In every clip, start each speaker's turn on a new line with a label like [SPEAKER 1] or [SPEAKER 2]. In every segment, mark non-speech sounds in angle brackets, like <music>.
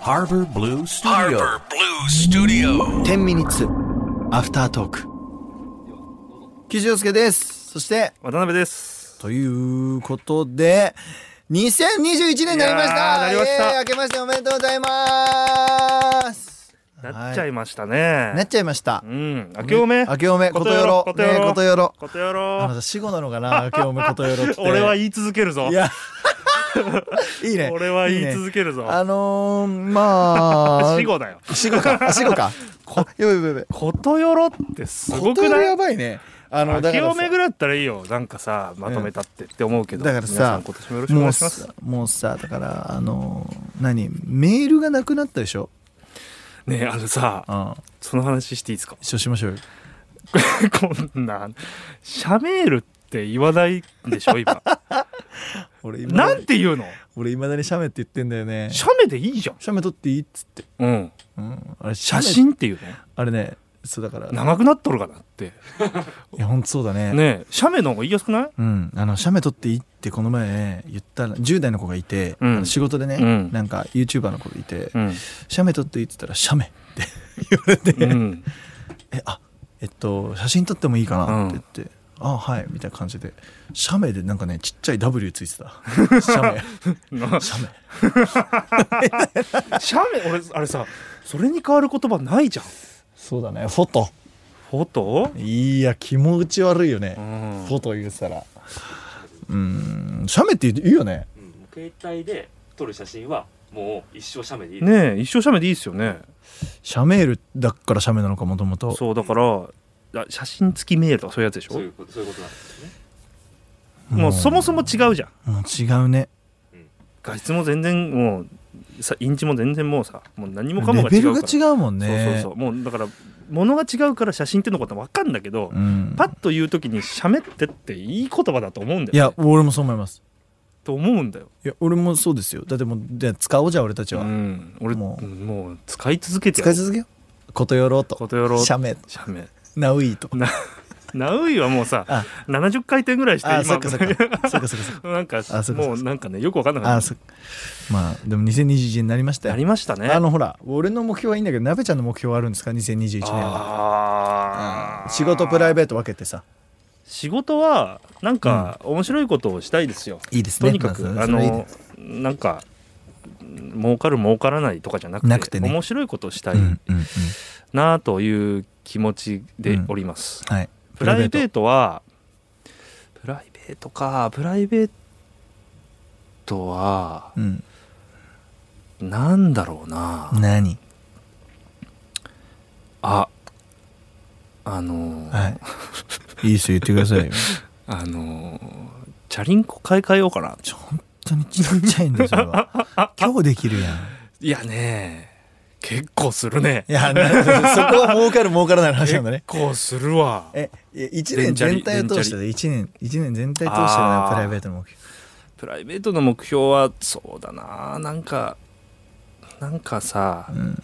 [SPEAKER 1] Harbor Blue Studio.
[SPEAKER 2] Harbor Blue Studio.
[SPEAKER 3] 10ミニッツアフタートーク岸洋介ですそして
[SPEAKER 4] 渡辺です。
[SPEAKER 3] ということで2021年になりました
[SPEAKER 4] いやーなりました
[SPEAKER 3] イエーイ明けましておめでとうございます
[SPEAKER 4] なっちゃいましたね。
[SPEAKER 3] なっちゃいました
[SPEAKER 4] うん。明けおめ。
[SPEAKER 3] 明けおめことよろ
[SPEAKER 4] ことよろ。
[SPEAKER 3] ねことよろ
[SPEAKER 4] ことよ
[SPEAKER 3] あな
[SPEAKER 4] ろ。
[SPEAKER 3] た死後なのかな明けおめことよろって
[SPEAKER 4] <laughs> 俺は言い続けるぞ
[SPEAKER 3] い。やいいね
[SPEAKER 4] <laughs> 俺は言い
[SPEAKER 3] ね
[SPEAKER 4] 続けるぞ。
[SPEAKER 3] あのー、まあ
[SPEAKER 4] <laughs> 死後だよ。
[SPEAKER 3] 死後かあ死後
[SPEAKER 4] <laughs>
[SPEAKER 3] かこやばいやばいやばい
[SPEAKER 4] ことよろってすご
[SPEAKER 3] こと
[SPEAKER 4] く
[SPEAKER 3] よろ
[SPEAKER 4] な
[SPEAKER 3] や
[SPEAKER 4] い
[SPEAKER 3] ばいねあの
[SPEAKER 4] 明
[SPEAKER 3] だか
[SPEAKER 4] け
[SPEAKER 3] ら
[SPEAKER 4] お
[SPEAKER 3] さ
[SPEAKER 4] めぐらいだったらいいよ。なんかさ、まとめたってって思うけど。
[SPEAKER 3] だから
[SPEAKER 4] 皆さ
[SPEAKER 3] さ
[SPEAKER 4] ん今年もよろしくお
[SPEAKER 3] も
[SPEAKER 4] 願
[SPEAKER 3] う
[SPEAKER 4] いします
[SPEAKER 3] さ。もうさだからあの何メールがなくなったでしょ
[SPEAKER 4] ねえあのさ、
[SPEAKER 3] うん
[SPEAKER 4] その話していいですか
[SPEAKER 3] 一緒しましょうよ
[SPEAKER 4] こんな、シャメールって言わないでしょ、今。
[SPEAKER 3] 俺 <laughs> 今
[SPEAKER 4] なんて言うの
[SPEAKER 3] 俺いまだに写メって言ってんだよね
[SPEAKER 4] シャメでいいじゃん。
[SPEAKER 3] 写メ撮っていいっつって、
[SPEAKER 4] うん。
[SPEAKER 3] うん、あれ写
[SPEAKER 4] 写
[SPEAKER 3] 真
[SPEAKER 4] 真っていうね。
[SPEAKER 3] あれねそうだからい
[SPEAKER 4] 長くなっとるかなって。
[SPEAKER 3] やほんとそうだね
[SPEAKER 4] ねえ、写メの方が言いやすくない
[SPEAKER 3] うん、あの写メ撮っていいってこの前、言ったら10代の子がいて、
[SPEAKER 4] うん
[SPEAKER 3] あの仕事でね、
[SPEAKER 4] うん
[SPEAKER 3] なんか YouTuber の子がいて、
[SPEAKER 4] うん。
[SPEAKER 3] 写メ撮っていいって言ったら写メって言われて、
[SPEAKER 4] うん。
[SPEAKER 3] えあえっと写真撮ってもいいかな
[SPEAKER 4] うん
[SPEAKER 3] って言って、あはいみたいな感じで写メでなんかねちっちゃい W ついて
[SPEAKER 4] <laughs>
[SPEAKER 3] た写メ写メ
[SPEAKER 4] 写メ、俺、あれさ、それに変わる言葉ないじゃん。
[SPEAKER 3] そうだねフォト
[SPEAKER 4] フォト
[SPEAKER 3] いや気持ち悪いよね、
[SPEAKER 4] うん
[SPEAKER 3] フォト言ってたらうん写メって言ういいよね
[SPEAKER 5] うん、もう携帯で撮る写真はもう一生写メでいい、
[SPEAKER 4] ねえ、一生写メでいいですよね。
[SPEAKER 3] 写メールだから写メなのかもともと
[SPEAKER 4] そう、だから、あ写真付きメールとかそういうやつでし
[SPEAKER 5] そうい
[SPEAKER 4] ょ
[SPEAKER 5] うことそういうことなんですよね
[SPEAKER 4] もうそもそも違うじゃん。
[SPEAKER 3] もう違うね
[SPEAKER 4] 画質も全然もう、さインチも全然もうさ、もう何もかも
[SPEAKER 3] レ
[SPEAKER 4] が違
[SPEAKER 3] ベル
[SPEAKER 4] う
[SPEAKER 3] が
[SPEAKER 4] から。
[SPEAKER 3] 違うもんね
[SPEAKER 4] そうそうそう。もうだから、物が違うから写真ってのことは分かんだけど、
[SPEAKER 3] うん
[SPEAKER 4] パッと言うときに写メってっていい言葉だと思うんだよ、ね。
[SPEAKER 3] いや俺もそう思います
[SPEAKER 4] と思うんだよ。
[SPEAKER 3] いや俺もそうですよだってもうで使おうじゃあ俺たちは、
[SPEAKER 4] うん、俺
[SPEAKER 3] も
[SPEAKER 4] も
[SPEAKER 3] う
[SPEAKER 4] う使い続けて
[SPEAKER 3] 使
[SPEAKER 4] や
[SPEAKER 3] い
[SPEAKER 4] る
[SPEAKER 3] 続けようことよろうと
[SPEAKER 4] ことやろう
[SPEAKER 3] 写メ
[SPEAKER 4] 写メ
[SPEAKER 3] ナウイーと
[SPEAKER 4] <laughs> なナウイはもうさ
[SPEAKER 3] あ
[SPEAKER 4] 70回転ぐらいして
[SPEAKER 3] あ
[SPEAKER 4] 今
[SPEAKER 3] そっかそっかそっかそっかそっか
[SPEAKER 4] <laughs> なんか
[SPEAKER 3] そっかそっか
[SPEAKER 4] もうなんかねよくわかんなか
[SPEAKER 3] あ
[SPEAKER 4] っ
[SPEAKER 3] そっかまあでも2021になりました
[SPEAKER 4] た
[SPEAKER 3] よ
[SPEAKER 4] やりましたね
[SPEAKER 3] あのほら俺の目標はいいんだけどなべちゃんの目標はあるんですか2021年は
[SPEAKER 4] あー
[SPEAKER 3] 仕事プライベート分けてさ
[SPEAKER 4] 仕事はなんか面白いことをしたいですよ、
[SPEAKER 3] いいです
[SPEAKER 4] と
[SPEAKER 3] ね
[SPEAKER 4] にかく、
[SPEAKER 3] ま
[SPEAKER 4] あ
[SPEAKER 3] それはいい
[SPEAKER 4] のなんか儲かる儲からないとかじゃなくて
[SPEAKER 3] なくてね
[SPEAKER 4] 面白いことをしたい
[SPEAKER 3] うんうんうん
[SPEAKER 4] なという気持ちでおります、
[SPEAKER 3] はい
[SPEAKER 4] プライベー
[SPEAKER 3] ト
[SPEAKER 4] トはプライベートかプライベートは
[SPEAKER 3] うん
[SPEAKER 4] なんだろうな、
[SPEAKER 3] 何
[SPEAKER 4] ああのー
[SPEAKER 3] はいいいですよ言ってくださいよ
[SPEAKER 4] あのーチャリンコ買い替えようかな
[SPEAKER 3] ちょ本当にちっちゃいんだよそれは今日できるや
[SPEAKER 4] <laughs>
[SPEAKER 3] ん
[SPEAKER 4] いやね結構するね
[SPEAKER 3] いや、なそこは儲かる儲からないの話なんだね。
[SPEAKER 4] 結構するわ
[SPEAKER 3] え、いや一
[SPEAKER 4] レ
[SPEAKER 3] 年
[SPEAKER 4] ンチャリ
[SPEAKER 3] 全体を通してで、一年、一年全体通してのね
[SPEAKER 4] あー
[SPEAKER 3] プライベートの目標。
[SPEAKER 4] プライベートの目標はそうだななんかなんかさ、
[SPEAKER 3] ん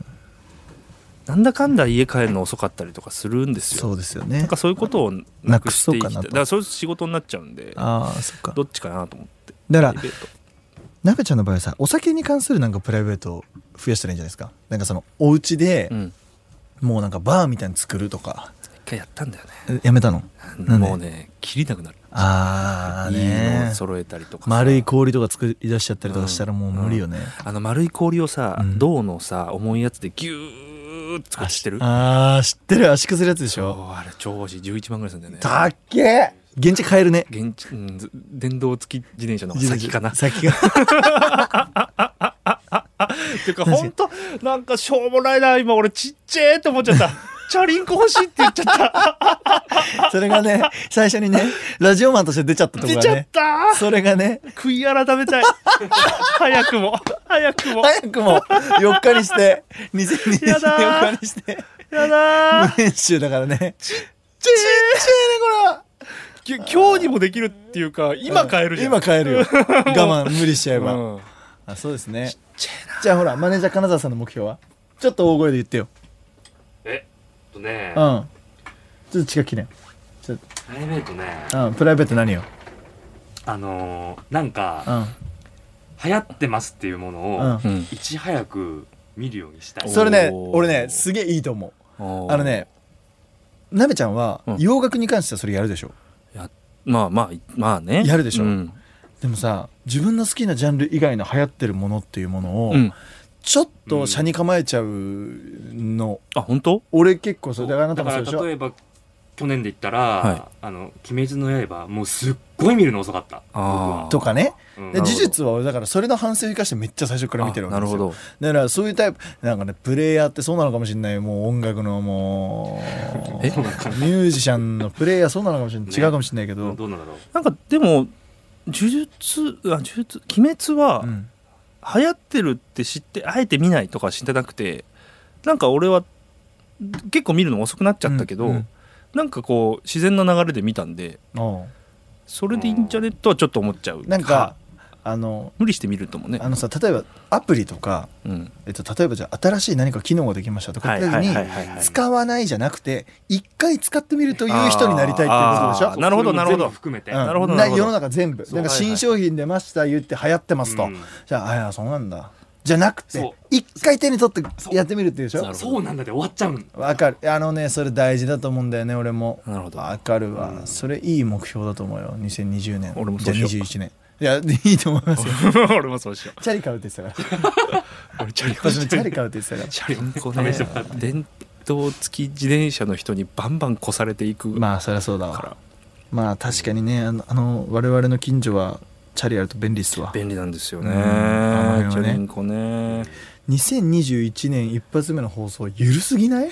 [SPEAKER 4] なんだかんだ家帰るの遅かったりとかするんですよ
[SPEAKER 3] そうですよね
[SPEAKER 4] なんか。そういうことを
[SPEAKER 3] な
[SPEAKER 4] な
[SPEAKER 3] く
[SPEAKER 4] く
[SPEAKER 3] そ
[SPEAKER 4] し
[SPEAKER 3] う
[SPEAKER 4] てい
[SPEAKER 3] か
[SPEAKER 4] きたい
[SPEAKER 3] なと
[SPEAKER 4] だからそれ仕事になっちゃうんで
[SPEAKER 3] ああ、そっか。
[SPEAKER 4] どっちかなと思って
[SPEAKER 3] だから
[SPEAKER 4] プラ、イベート
[SPEAKER 3] なべちゃんの場合はさ、お酒に関するなんかプライベートを増やしたらいいんじゃないですか。なんかその、お家で
[SPEAKER 4] う、ん
[SPEAKER 3] もうなんかバーみたいに作るとか。
[SPEAKER 4] 一回やったんだよ
[SPEAKER 3] えやめたの
[SPEAKER 4] ね
[SPEAKER 3] なんで
[SPEAKER 4] もうね切りなくなる
[SPEAKER 3] ああ、
[SPEAKER 4] いいの
[SPEAKER 3] ね
[SPEAKER 4] を。揃えたりとかさ
[SPEAKER 3] 丸い氷とか作り出しちゃったりとかしたらもう無理よね。
[SPEAKER 4] あの丸い氷をさ、
[SPEAKER 3] うん
[SPEAKER 4] 銅のさ重いやつでギューッとしてる
[SPEAKER 3] ああ、知ってる足崩れるやつでしょ。
[SPEAKER 4] おーあれ超欲しい11万ぐらいするんだよね
[SPEAKER 3] たっけえ現地買えるね。
[SPEAKER 4] 現地、うん、ず電動付き自転車の方が先か
[SPEAKER 3] <laughs>
[SPEAKER 4] な
[SPEAKER 3] 先が。
[SPEAKER 4] っていうか本当なんかしょうもないな今俺ちっちゃえって思っちゃった
[SPEAKER 3] <laughs>
[SPEAKER 4] チャリンコ欲しいって言っちゃ <laughs> った
[SPEAKER 3] それがね、最初にね、ラジオマンとして出ちゃったとこ
[SPEAKER 4] 出
[SPEAKER 3] ろ
[SPEAKER 4] ち
[SPEAKER 3] が
[SPEAKER 4] ゃっ
[SPEAKER 3] ね。
[SPEAKER 4] た
[SPEAKER 3] それがね、
[SPEAKER 4] 悔い改
[SPEAKER 3] <laughs>
[SPEAKER 4] めたい早くも早くも
[SPEAKER 3] 早くも4日にして、2020年
[SPEAKER 4] やだー
[SPEAKER 3] 4日にして、
[SPEAKER 4] やだー
[SPEAKER 3] 編集だからね。ちっちゃいね、こ
[SPEAKER 4] き今日にもできるっていうか
[SPEAKER 3] れ
[SPEAKER 4] 今買えるじゃん
[SPEAKER 3] 今買えるよ。
[SPEAKER 4] <laughs>
[SPEAKER 3] 我慢、無理しちゃえば。
[SPEAKER 4] うん
[SPEAKER 3] あ、そうですね。じゃあほら、マネージャー金沢さんの目標はちょっと大声で言ってよ。
[SPEAKER 5] えっとね、
[SPEAKER 3] うん。ちょっと近く切れよ
[SPEAKER 5] プライベートね
[SPEAKER 3] うん、プライベート何よ。
[SPEAKER 5] あのーなん
[SPEAKER 3] う
[SPEAKER 5] か
[SPEAKER 3] ん。
[SPEAKER 5] 流行ってますっていうも
[SPEAKER 3] う
[SPEAKER 5] のを
[SPEAKER 3] ん。
[SPEAKER 4] うん
[SPEAKER 5] いち早く見るようにしたい
[SPEAKER 4] おー
[SPEAKER 3] それね俺ねすげえいいと思うあのねなべちゃんは
[SPEAKER 4] うん
[SPEAKER 3] 洋楽に関してはそれやるでしょ
[SPEAKER 4] まあまあまあね
[SPEAKER 3] やるでしょ
[SPEAKER 4] うん
[SPEAKER 3] でもさ自分の好きなジャンル以外の流行ってるものっていうものを、
[SPEAKER 4] うん
[SPEAKER 3] ちょっと車に構えちゃうの、
[SPEAKER 4] あ本当
[SPEAKER 3] 俺結構それであなたも
[SPEAKER 5] だか
[SPEAKER 3] そう
[SPEAKER 5] ら
[SPEAKER 3] でしょ
[SPEAKER 5] 例えば去年で言ったら
[SPEAKER 4] は
[SPEAKER 5] 「あの鬼滅の刃」もうすっごい見るの遅かった僕
[SPEAKER 4] あー
[SPEAKER 5] は
[SPEAKER 3] とかね
[SPEAKER 5] うん
[SPEAKER 3] で
[SPEAKER 4] なる
[SPEAKER 3] 呪
[SPEAKER 4] ほど
[SPEAKER 3] 術は俺だからそれの反省を生かしてめっちゃ最初から見てるわけで
[SPEAKER 4] なる
[SPEAKER 3] す
[SPEAKER 4] ほ
[SPEAKER 3] よ
[SPEAKER 4] ど
[SPEAKER 3] だからそういうタイプなんかねプレイヤーってそうなのかもしれないもう音楽のもうミ
[SPEAKER 4] え
[SPEAKER 5] そうなんかな
[SPEAKER 3] ュージシャンのプレイヤーそうなのかもしれない、
[SPEAKER 5] ね
[SPEAKER 3] 違 <laughs> うかもしれないけど、
[SPEAKER 5] どうなんだろう
[SPEAKER 4] なんかでも呪術あ呪術鬼滅は
[SPEAKER 3] うん
[SPEAKER 4] 流行ってるって知ってあえて見ないとか知ってなくてなんか俺は結構見るの遅くなっちゃったけど、
[SPEAKER 3] うんうん
[SPEAKER 4] なんかこう自然な流れで見たんで
[SPEAKER 3] おう
[SPEAKER 4] それでいいんじゃねとはちょっと思っちゃう
[SPEAKER 3] なんかあの
[SPEAKER 4] 無理して見るともね
[SPEAKER 3] あのさ例えばアプリとか、
[SPEAKER 4] うん
[SPEAKER 3] えっと、例えばじゃあ新しい何か機能ができましたとか
[SPEAKER 4] は
[SPEAKER 3] っ
[SPEAKER 4] い
[SPEAKER 3] て時
[SPEAKER 4] はい
[SPEAKER 3] に
[SPEAKER 4] はいはいはい
[SPEAKER 3] 使わないじゃなくて一回使ってみるという人になりたいっていうことでし
[SPEAKER 4] あ
[SPEAKER 3] ょ
[SPEAKER 4] ーなるほどなる
[SPEAKER 5] そういう
[SPEAKER 4] ほど
[SPEAKER 5] の全部含めて
[SPEAKER 3] うん
[SPEAKER 4] なるほど
[SPEAKER 3] な
[SPEAKER 4] るほど
[SPEAKER 3] 世の中全部
[SPEAKER 4] そう
[SPEAKER 3] なんか
[SPEAKER 4] はいは
[SPEAKER 3] 新
[SPEAKER 4] い
[SPEAKER 3] 商品出ました言って流行ってますと、
[SPEAKER 5] うん
[SPEAKER 3] じゃああいやそうなんだじゃなくて
[SPEAKER 5] そ
[SPEAKER 3] 一回手に取って
[SPEAKER 5] そう
[SPEAKER 3] やってみるっていうでし
[SPEAKER 4] な
[SPEAKER 3] ょ
[SPEAKER 4] るほど
[SPEAKER 5] そうなんだって終わっちゃうん
[SPEAKER 3] わかるあのねそれ大事だと思うんだよね俺も
[SPEAKER 4] なるほど
[SPEAKER 3] <laughs> わかるわ、
[SPEAKER 5] うん
[SPEAKER 3] それいい目標だと思うよ2020年
[SPEAKER 4] 俺もそうし
[SPEAKER 3] じゃ
[SPEAKER 4] よう
[SPEAKER 3] あ21年いやいいと思いますよ
[SPEAKER 4] 俺もそうしよ
[SPEAKER 3] チャリ買うって言ってたから
[SPEAKER 4] う俺チャリ
[SPEAKER 3] 今年のチャリ買うって言ってたから
[SPEAKER 5] チャリをね
[SPEAKER 4] こうね
[SPEAKER 5] 試してもらって
[SPEAKER 4] 電動付き自転車の人にバンバン越されてい <laughs> くか
[SPEAKER 3] まあそりゃそうだわ
[SPEAKER 4] ら
[SPEAKER 3] まあ確かにねあのあの我々の近所はチャリあると便利っすわ
[SPEAKER 4] 便利なんですよ
[SPEAKER 3] う
[SPEAKER 4] ね
[SPEAKER 3] んあの辺はね
[SPEAKER 4] チャリンコね
[SPEAKER 3] 2021年一発目の放送ゆるすぎない
[SPEAKER 5] い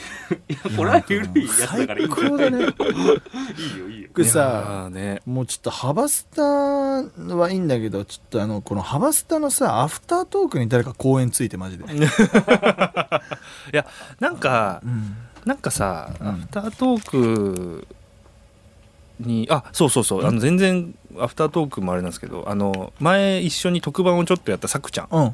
[SPEAKER 5] やこれは緩いやつだ
[SPEAKER 3] 最
[SPEAKER 5] からいいんだよ
[SPEAKER 3] 高だねこ
[SPEAKER 5] いいよいいよ
[SPEAKER 3] れ
[SPEAKER 4] い
[SPEAKER 3] さ
[SPEAKER 4] やーね
[SPEAKER 3] もうちょっとハバスタはいいんだけどちょっとあのこのハバスタのさアフタートークに誰か公演ついてマジで、
[SPEAKER 4] いやなんか
[SPEAKER 3] うん、
[SPEAKER 4] なんかさ、
[SPEAKER 3] うん
[SPEAKER 4] アフタートークにあそうそうそうあの全然アフタートークもあれなんですけどあの前一緒に特番をちょっとやったさくちゃん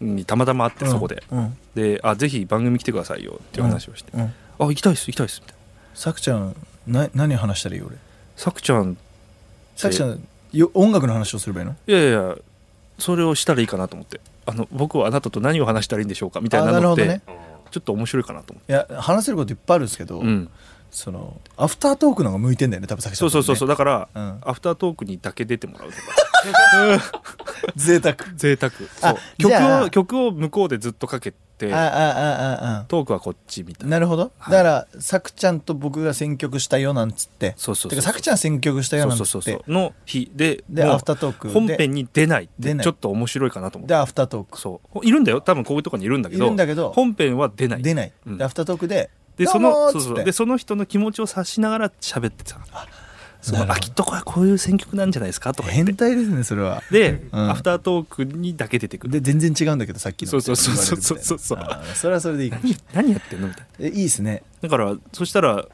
[SPEAKER 3] うん
[SPEAKER 4] にたまたま会ってそこで、
[SPEAKER 3] うん
[SPEAKER 4] であぜひ番組来てくださいよっていう話をして、
[SPEAKER 3] うん
[SPEAKER 4] あ行きたいっす行きたいっすみたいな
[SPEAKER 3] さくちゃんな何話したらいい俺
[SPEAKER 4] さくちゃん
[SPEAKER 3] さくちゃんよ音楽の話をすればいいの
[SPEAKER 4] いやいやそれをしたらいいかなと思ってあの僕はあなたと何を話したらいいんでしょうかみたい
[SPEAKER 3] あ
[SPEAKER 4] な
[SPEAKER 3] なる
[SPEAKER 4] の
[SPEAKER 3] ほ
[SPEAKER 4] っ
[SPEAKER 3] ど
[SPEAKER 4] て、
[SPEAKER 3] ね
[SPEAKER 4] ちょっと面白いかなと思って。
[SPEAKER 3] いや話せることいっぱいあるんですけど、
[SPEAKER 4] うん、
[SPEAKER 3] そのアフタートークの方が向いてんだよね多分さくちゃ
[SPEAKER 4] そ
[SPEAKER 3] ん
[SPEAKER 4] うそうそうそううだから、
[SPEAKER 3] うん
[SPEAKER 4] アフタートークにだけ出てもらうとか
[SPEAKER 3] <laughs> 贅沢
[SPEAKER 4] 贅沢そう
[SPEAKER 3] あ
[SPEAKER 4] 曲
[SPEAKER 3] じゃ
[SPEAKER 4] を
[SPEAKER 3] あ
[SPEAKER 4] 曲を向こうでずっとかけて
[SPEAKER 3] あああああ
[SPEAKER 4] トークはこっちみたいな
[SPEAKER 3] なるほど、
[SPEAKER 4] はい
[SPEAKER 3] だからさくちゃんと僕が選曲したよなんつって
[SPEAKER 4] そうそうそう
[SPEAKER 3] てかさくちゃん選曲したよなんつっ
[SPEAKER 4] そう
[SPEAKER 3] て
[SPEAKER 4] そうそうそうの日で
[SPEAKER 3] で
[SPEAKER 4] もう
[SPEAKER 3] アフタートークで
[SPEAKER 4] 本編に出ないって
[SPEAKER 3] 出ない
[SPEAKER 4] ちょっと面白いかなと思っ
[SPEAKER 3] で
[SPEAKER 4] て
[SPEAKER 3] アフタートーク
[SPEAKER 4] そういるんだよ多分こういうとこにいるんだけど
[SPEAKER 3] いるんだけど
[SPEAKER 4] 本編は出ない
[SPEAKER 3] 出ない、
[SPEAKER 4] うん
[SPEAKER 3] でアフタートークで
[SPEAKER 4] で
[SPEAKER 3] ど
[SPEAKER 4] そう
[SPEAKER 3] も
[SPEAKER 4] の
[SPEAKER 3] ーっ
[SPEAKER 4] そう
[SPEAKER 3] つ
[SPEAKER 4] そ
[SPEAKER 3] っ
[SPEAKER 4] う
[SPEAKER 3] て
[SPEAKER 4] でその人の気持ちを察しながら喋ってたそ
[SPEAKER 3] なる
[SPEAKER 4] の
[SPEAKER 3] ほ
[SPEAKER 4] あ
[SPEAKER 3] ど
[SPEAKER 4] きっとこれはこういう選曲なんじゃないですかとか言って
[SPEAKER 3] 変態ですねそれは
[SPEAKER 4] で、
[SPEAKER 3] うん
[SPEAKER 4] アフタートークにだけ出てくる
[SPEAKER 3] で全然違うんだけどさっきの
[SPEAKER 4] そうそうそうそうそうそうそう
[SPEAKER 3] あーそれはそれでいいかもしれ
[SPEAKER 4] 何何やってんのみたいな
[SPEAKER 3] ないえいいですね
[SPEAKER 4] だからそしたら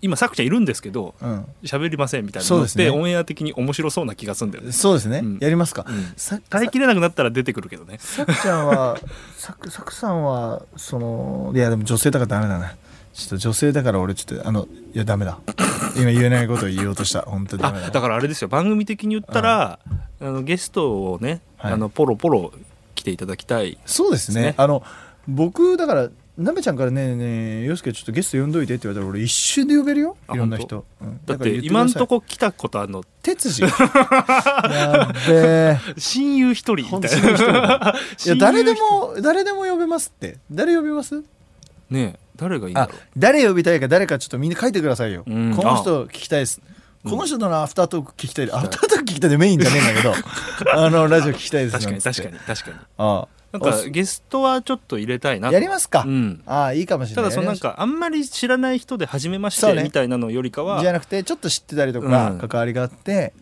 [SPEAKER 4] 今さくちゃんいるんですけど
[SPEAKER 3] うん
[SPEAKER 4] 喋りませんみたいな
[SPEAKER 3] そう
[SPEAKER 4] の
[SPEAKER 3] で
[SPEAKER 4] っ
[SPEAKER 3] すね
[SPEAKER 4] て、オンエア的に面白そうな気がするんだよね
[SPEAKER 3] そうですね、
[SPEAKER 4] うん
[SPEAKER 3] やりますか、
[SPEAKER 4] うん
[SPEAKER 3] さ
[SPEAKER 4] 耐えきれなくなったら出てくるけどね
[SPEAKER 3] さくちゃんはさくさくさんはそのいやでも女性だからダメだなちょっと女性だから俺ちょっとあのいやダメだ今言えないことを言おうとした本当にダメだ
[SPEAKER 4] あだからあれですよ番組的に言ったら、あのゲストをね、
[SPEAKER 3] はい
[SPEAKER 4] あのポロポロ来ていただきたい
[SPEAKER 3] そうですね
[SPEAKER 4] ですね
[SPEAKER 3] あの僕だからなべちゃんからねねえ洋介ちょっとゲスト呼んどいてって言われたら俺一瞬で呼べるよ
[SPEAKER 4] あ
[SPEAKER 3] いろんな人、うん
[SPEAKER 4] だっ
[SPEAKER 3] から
[SPEAKER 4] て
[SPEAKER 3] 言く
[SPEAKER 4] 今
[SPEAKER 3] だ
[SPEAKER 4] ん
[SPEAKER 3] さい
[SPEAKER 4] とこ来たことあるの
[SPEAKER 3] 哲
[SPEAKER 4] <laughs>
[SPEAKER 3] 司やっべ
[SPEAKER 4] 親友一人
[SPEAKER 3] 本
[SPEAKER 4] み
[SPEAKER 3] 当
[SPEAKER 4] たい
[SPEAKER 3] に人い
[SPEAKER 4] な
[SPEAKER 3] や
[SPEAKER 4] 親友一人
[SPEAKER 3] 誰でも誰でも呼べますって誰呼びます
[SPEAKER 4] ねえ誰がいいんだ
[SPEAKER 3] あ
[SPEAKER 4] ろう
[SPEAKER 3] 誰呼びたいか誰かちょっとみんな書いてくださいよ、
[SPEAKER 4] うん
[SPEAKER 3] この人聞きたいです
[SPEAKER 4] うん
[SPEAKER 3] この人のアフタートーク聞きたい、アフタートーク聞きたいでメインじゃねえんだけど
[SPEAKER 4] <laughs>
[SPEAKER 3] あのラジオ聞きたいです
[SPEAKER 4] 確かに
[SPEAKER 3] なんつ
[SPEAKER 4] 確
[SPEAKER 3] って
[SPEAKER 4] かに確かに
[SPEAKER 3] あ
[SPEAKER 4] なん
[SPEAKER 3] あ
[SPEAKER 4] かゲストはちょっと入れたいな
[SPEAKER 3] やりますか、
[SPEAKER 4] うん
[SPEAKER 3] ああいいかもしれ
[SPEAKER 4] た
[SPEAKER 3] ない
[SPEAKER 4] だそのな
[SPEAKER 3] や
[SPEAKER 4] ん
[SPEAKER 3] りま
[SPEAKER 4] かあんまり知らない人で初めまし
[SPEAKER 3] そう
[SPEAKER 4] て
[SPEAKER 3] ね
[SPEAKER 4] みたいなのよりか
[SPEAKER 3] しょ
[SPEAKER 4] は
[SPEAKER 3] うじゃなくてちょっと知ってたりとか、
[SPEAKER 4] うん
[SPEAKER 3] 関わりがあって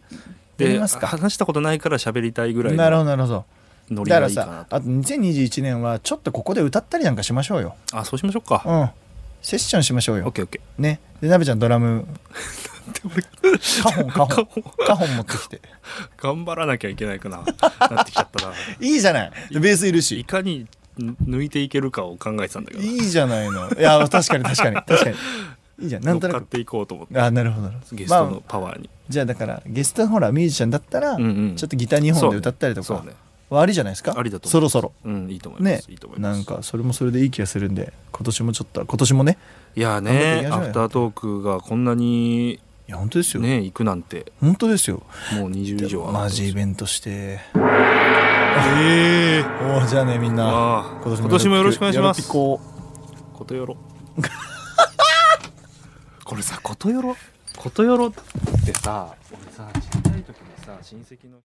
[SPEAKER 3] やり
[SPEAKER 4] で
[SPEAKER 3] ますか
[SPEAKER 4] 話したことないから喋りたいぐらい
[SPEAKER 3] なるほど
[SPEAKER 4] の
[SPEAKER 3] なるほど
[SPEAKER 4] ノリ
[SPEAKER 3] だか
[SPEAKER 4] が
[SPEAKER 3] ら
[SPEAKER 4] いいかな
[SPEAKER 3] さ
[SPEAKER 4] と
[SPEAKER 3] あと2021年はちょっとここで歌ったりなんかしましょうよ
[SPEAKER 4] あそうしましょうか
[SPEAKER 3] うんセッションしましょう
[SPEAKER 4] オッ
[SPEAKER 3] よ
[SPEAKER 4] ケーオッケ
[SPEAKER 3] ねでなべちゃんドラムカホンカホンカホン持ってきて
[SPEAKER 4] ー頑張らなきゃいけないかななってきちゃっ
[SPEAKER 3] <laughs>
[SPEAKER 4] たない
[SPEAKER 3] いじゃないベースいるし
[SPEAKER 4] いかに抜いていけるかを考えてたんだけど
[SPEAKER 3] いいじゃないの。いや、確かに確かに。確かに。いいじゃん。なんと
[SPEAKER 4] 乗
[SPEAKER 3] な
[SPEAKER 4] っかっ
[SPEAKER 3] く。
[SPEAKER 4] ていこうと思って
[SPEAKER 3] あ、なるほどなるほど。
[SPEAKER 4] ゲスト
[SPEAKER 3] ま
[SPEAKER 4] の
[SPEAKER 3] あ、
[SPEAKER 4] パワーに、
[SPEAKER 3] じゃあだから、ゲストほら、ミュージシャンだったら、
[SPEAKER 4] うんうん
[SPEAKER 3] ちょっとギター2本で歌ったりと
[SPEAKER 4] そう
[SPEAKER 3] か
[SPEAKER 4] ね、
[SPEAKER 3] はありじゃないですか
[SPEAKER 4] ありだと思い
[SPEAKER 3] そ
[SPEAKER 4] ま
[SPEAKER 3] ろそろ
[SPEAKER 4] うんいいと思います、
[SPEAKER 3] ね
[SPEAKER 4] いいと思いま
[SPEAKER 3] な
[SPEAKER 4] す
[SPEAKER 3] んかそれもそれでいい気がするんで今年もちょっと今年もね
[SPEAKER 4] いや
[SPEAKER 3] 頑張ってい
[SPEAKER 4] ね
[SPEAKER 3] きましょう
[SPEAKER 4] ア
[SPEAKER 3] よ
[SPEAKER 4] フタートークがこんなに
[SPEAKER 3] いや本当ですよ、
[SPEAKER 4] ね行くなんて
[SPEAKER 3] 本当ですよ
[SPEAKER 4] もう20以上は
[SPEAKER 3] マジイベントしてええおーじゃあねみん
[SPEAKER 4] あ
[SPEAKER 3] な
[SPEAKER 4] ー今年もよろしくお願いします
[SPEAKER 3] よろぴこ
[SPEAKER 4] こ
[SPEAKER 3] <laughs>
[SPEAKER 4] とよろこれさことよろことよろってさ俺さ小さい時のさ親戚の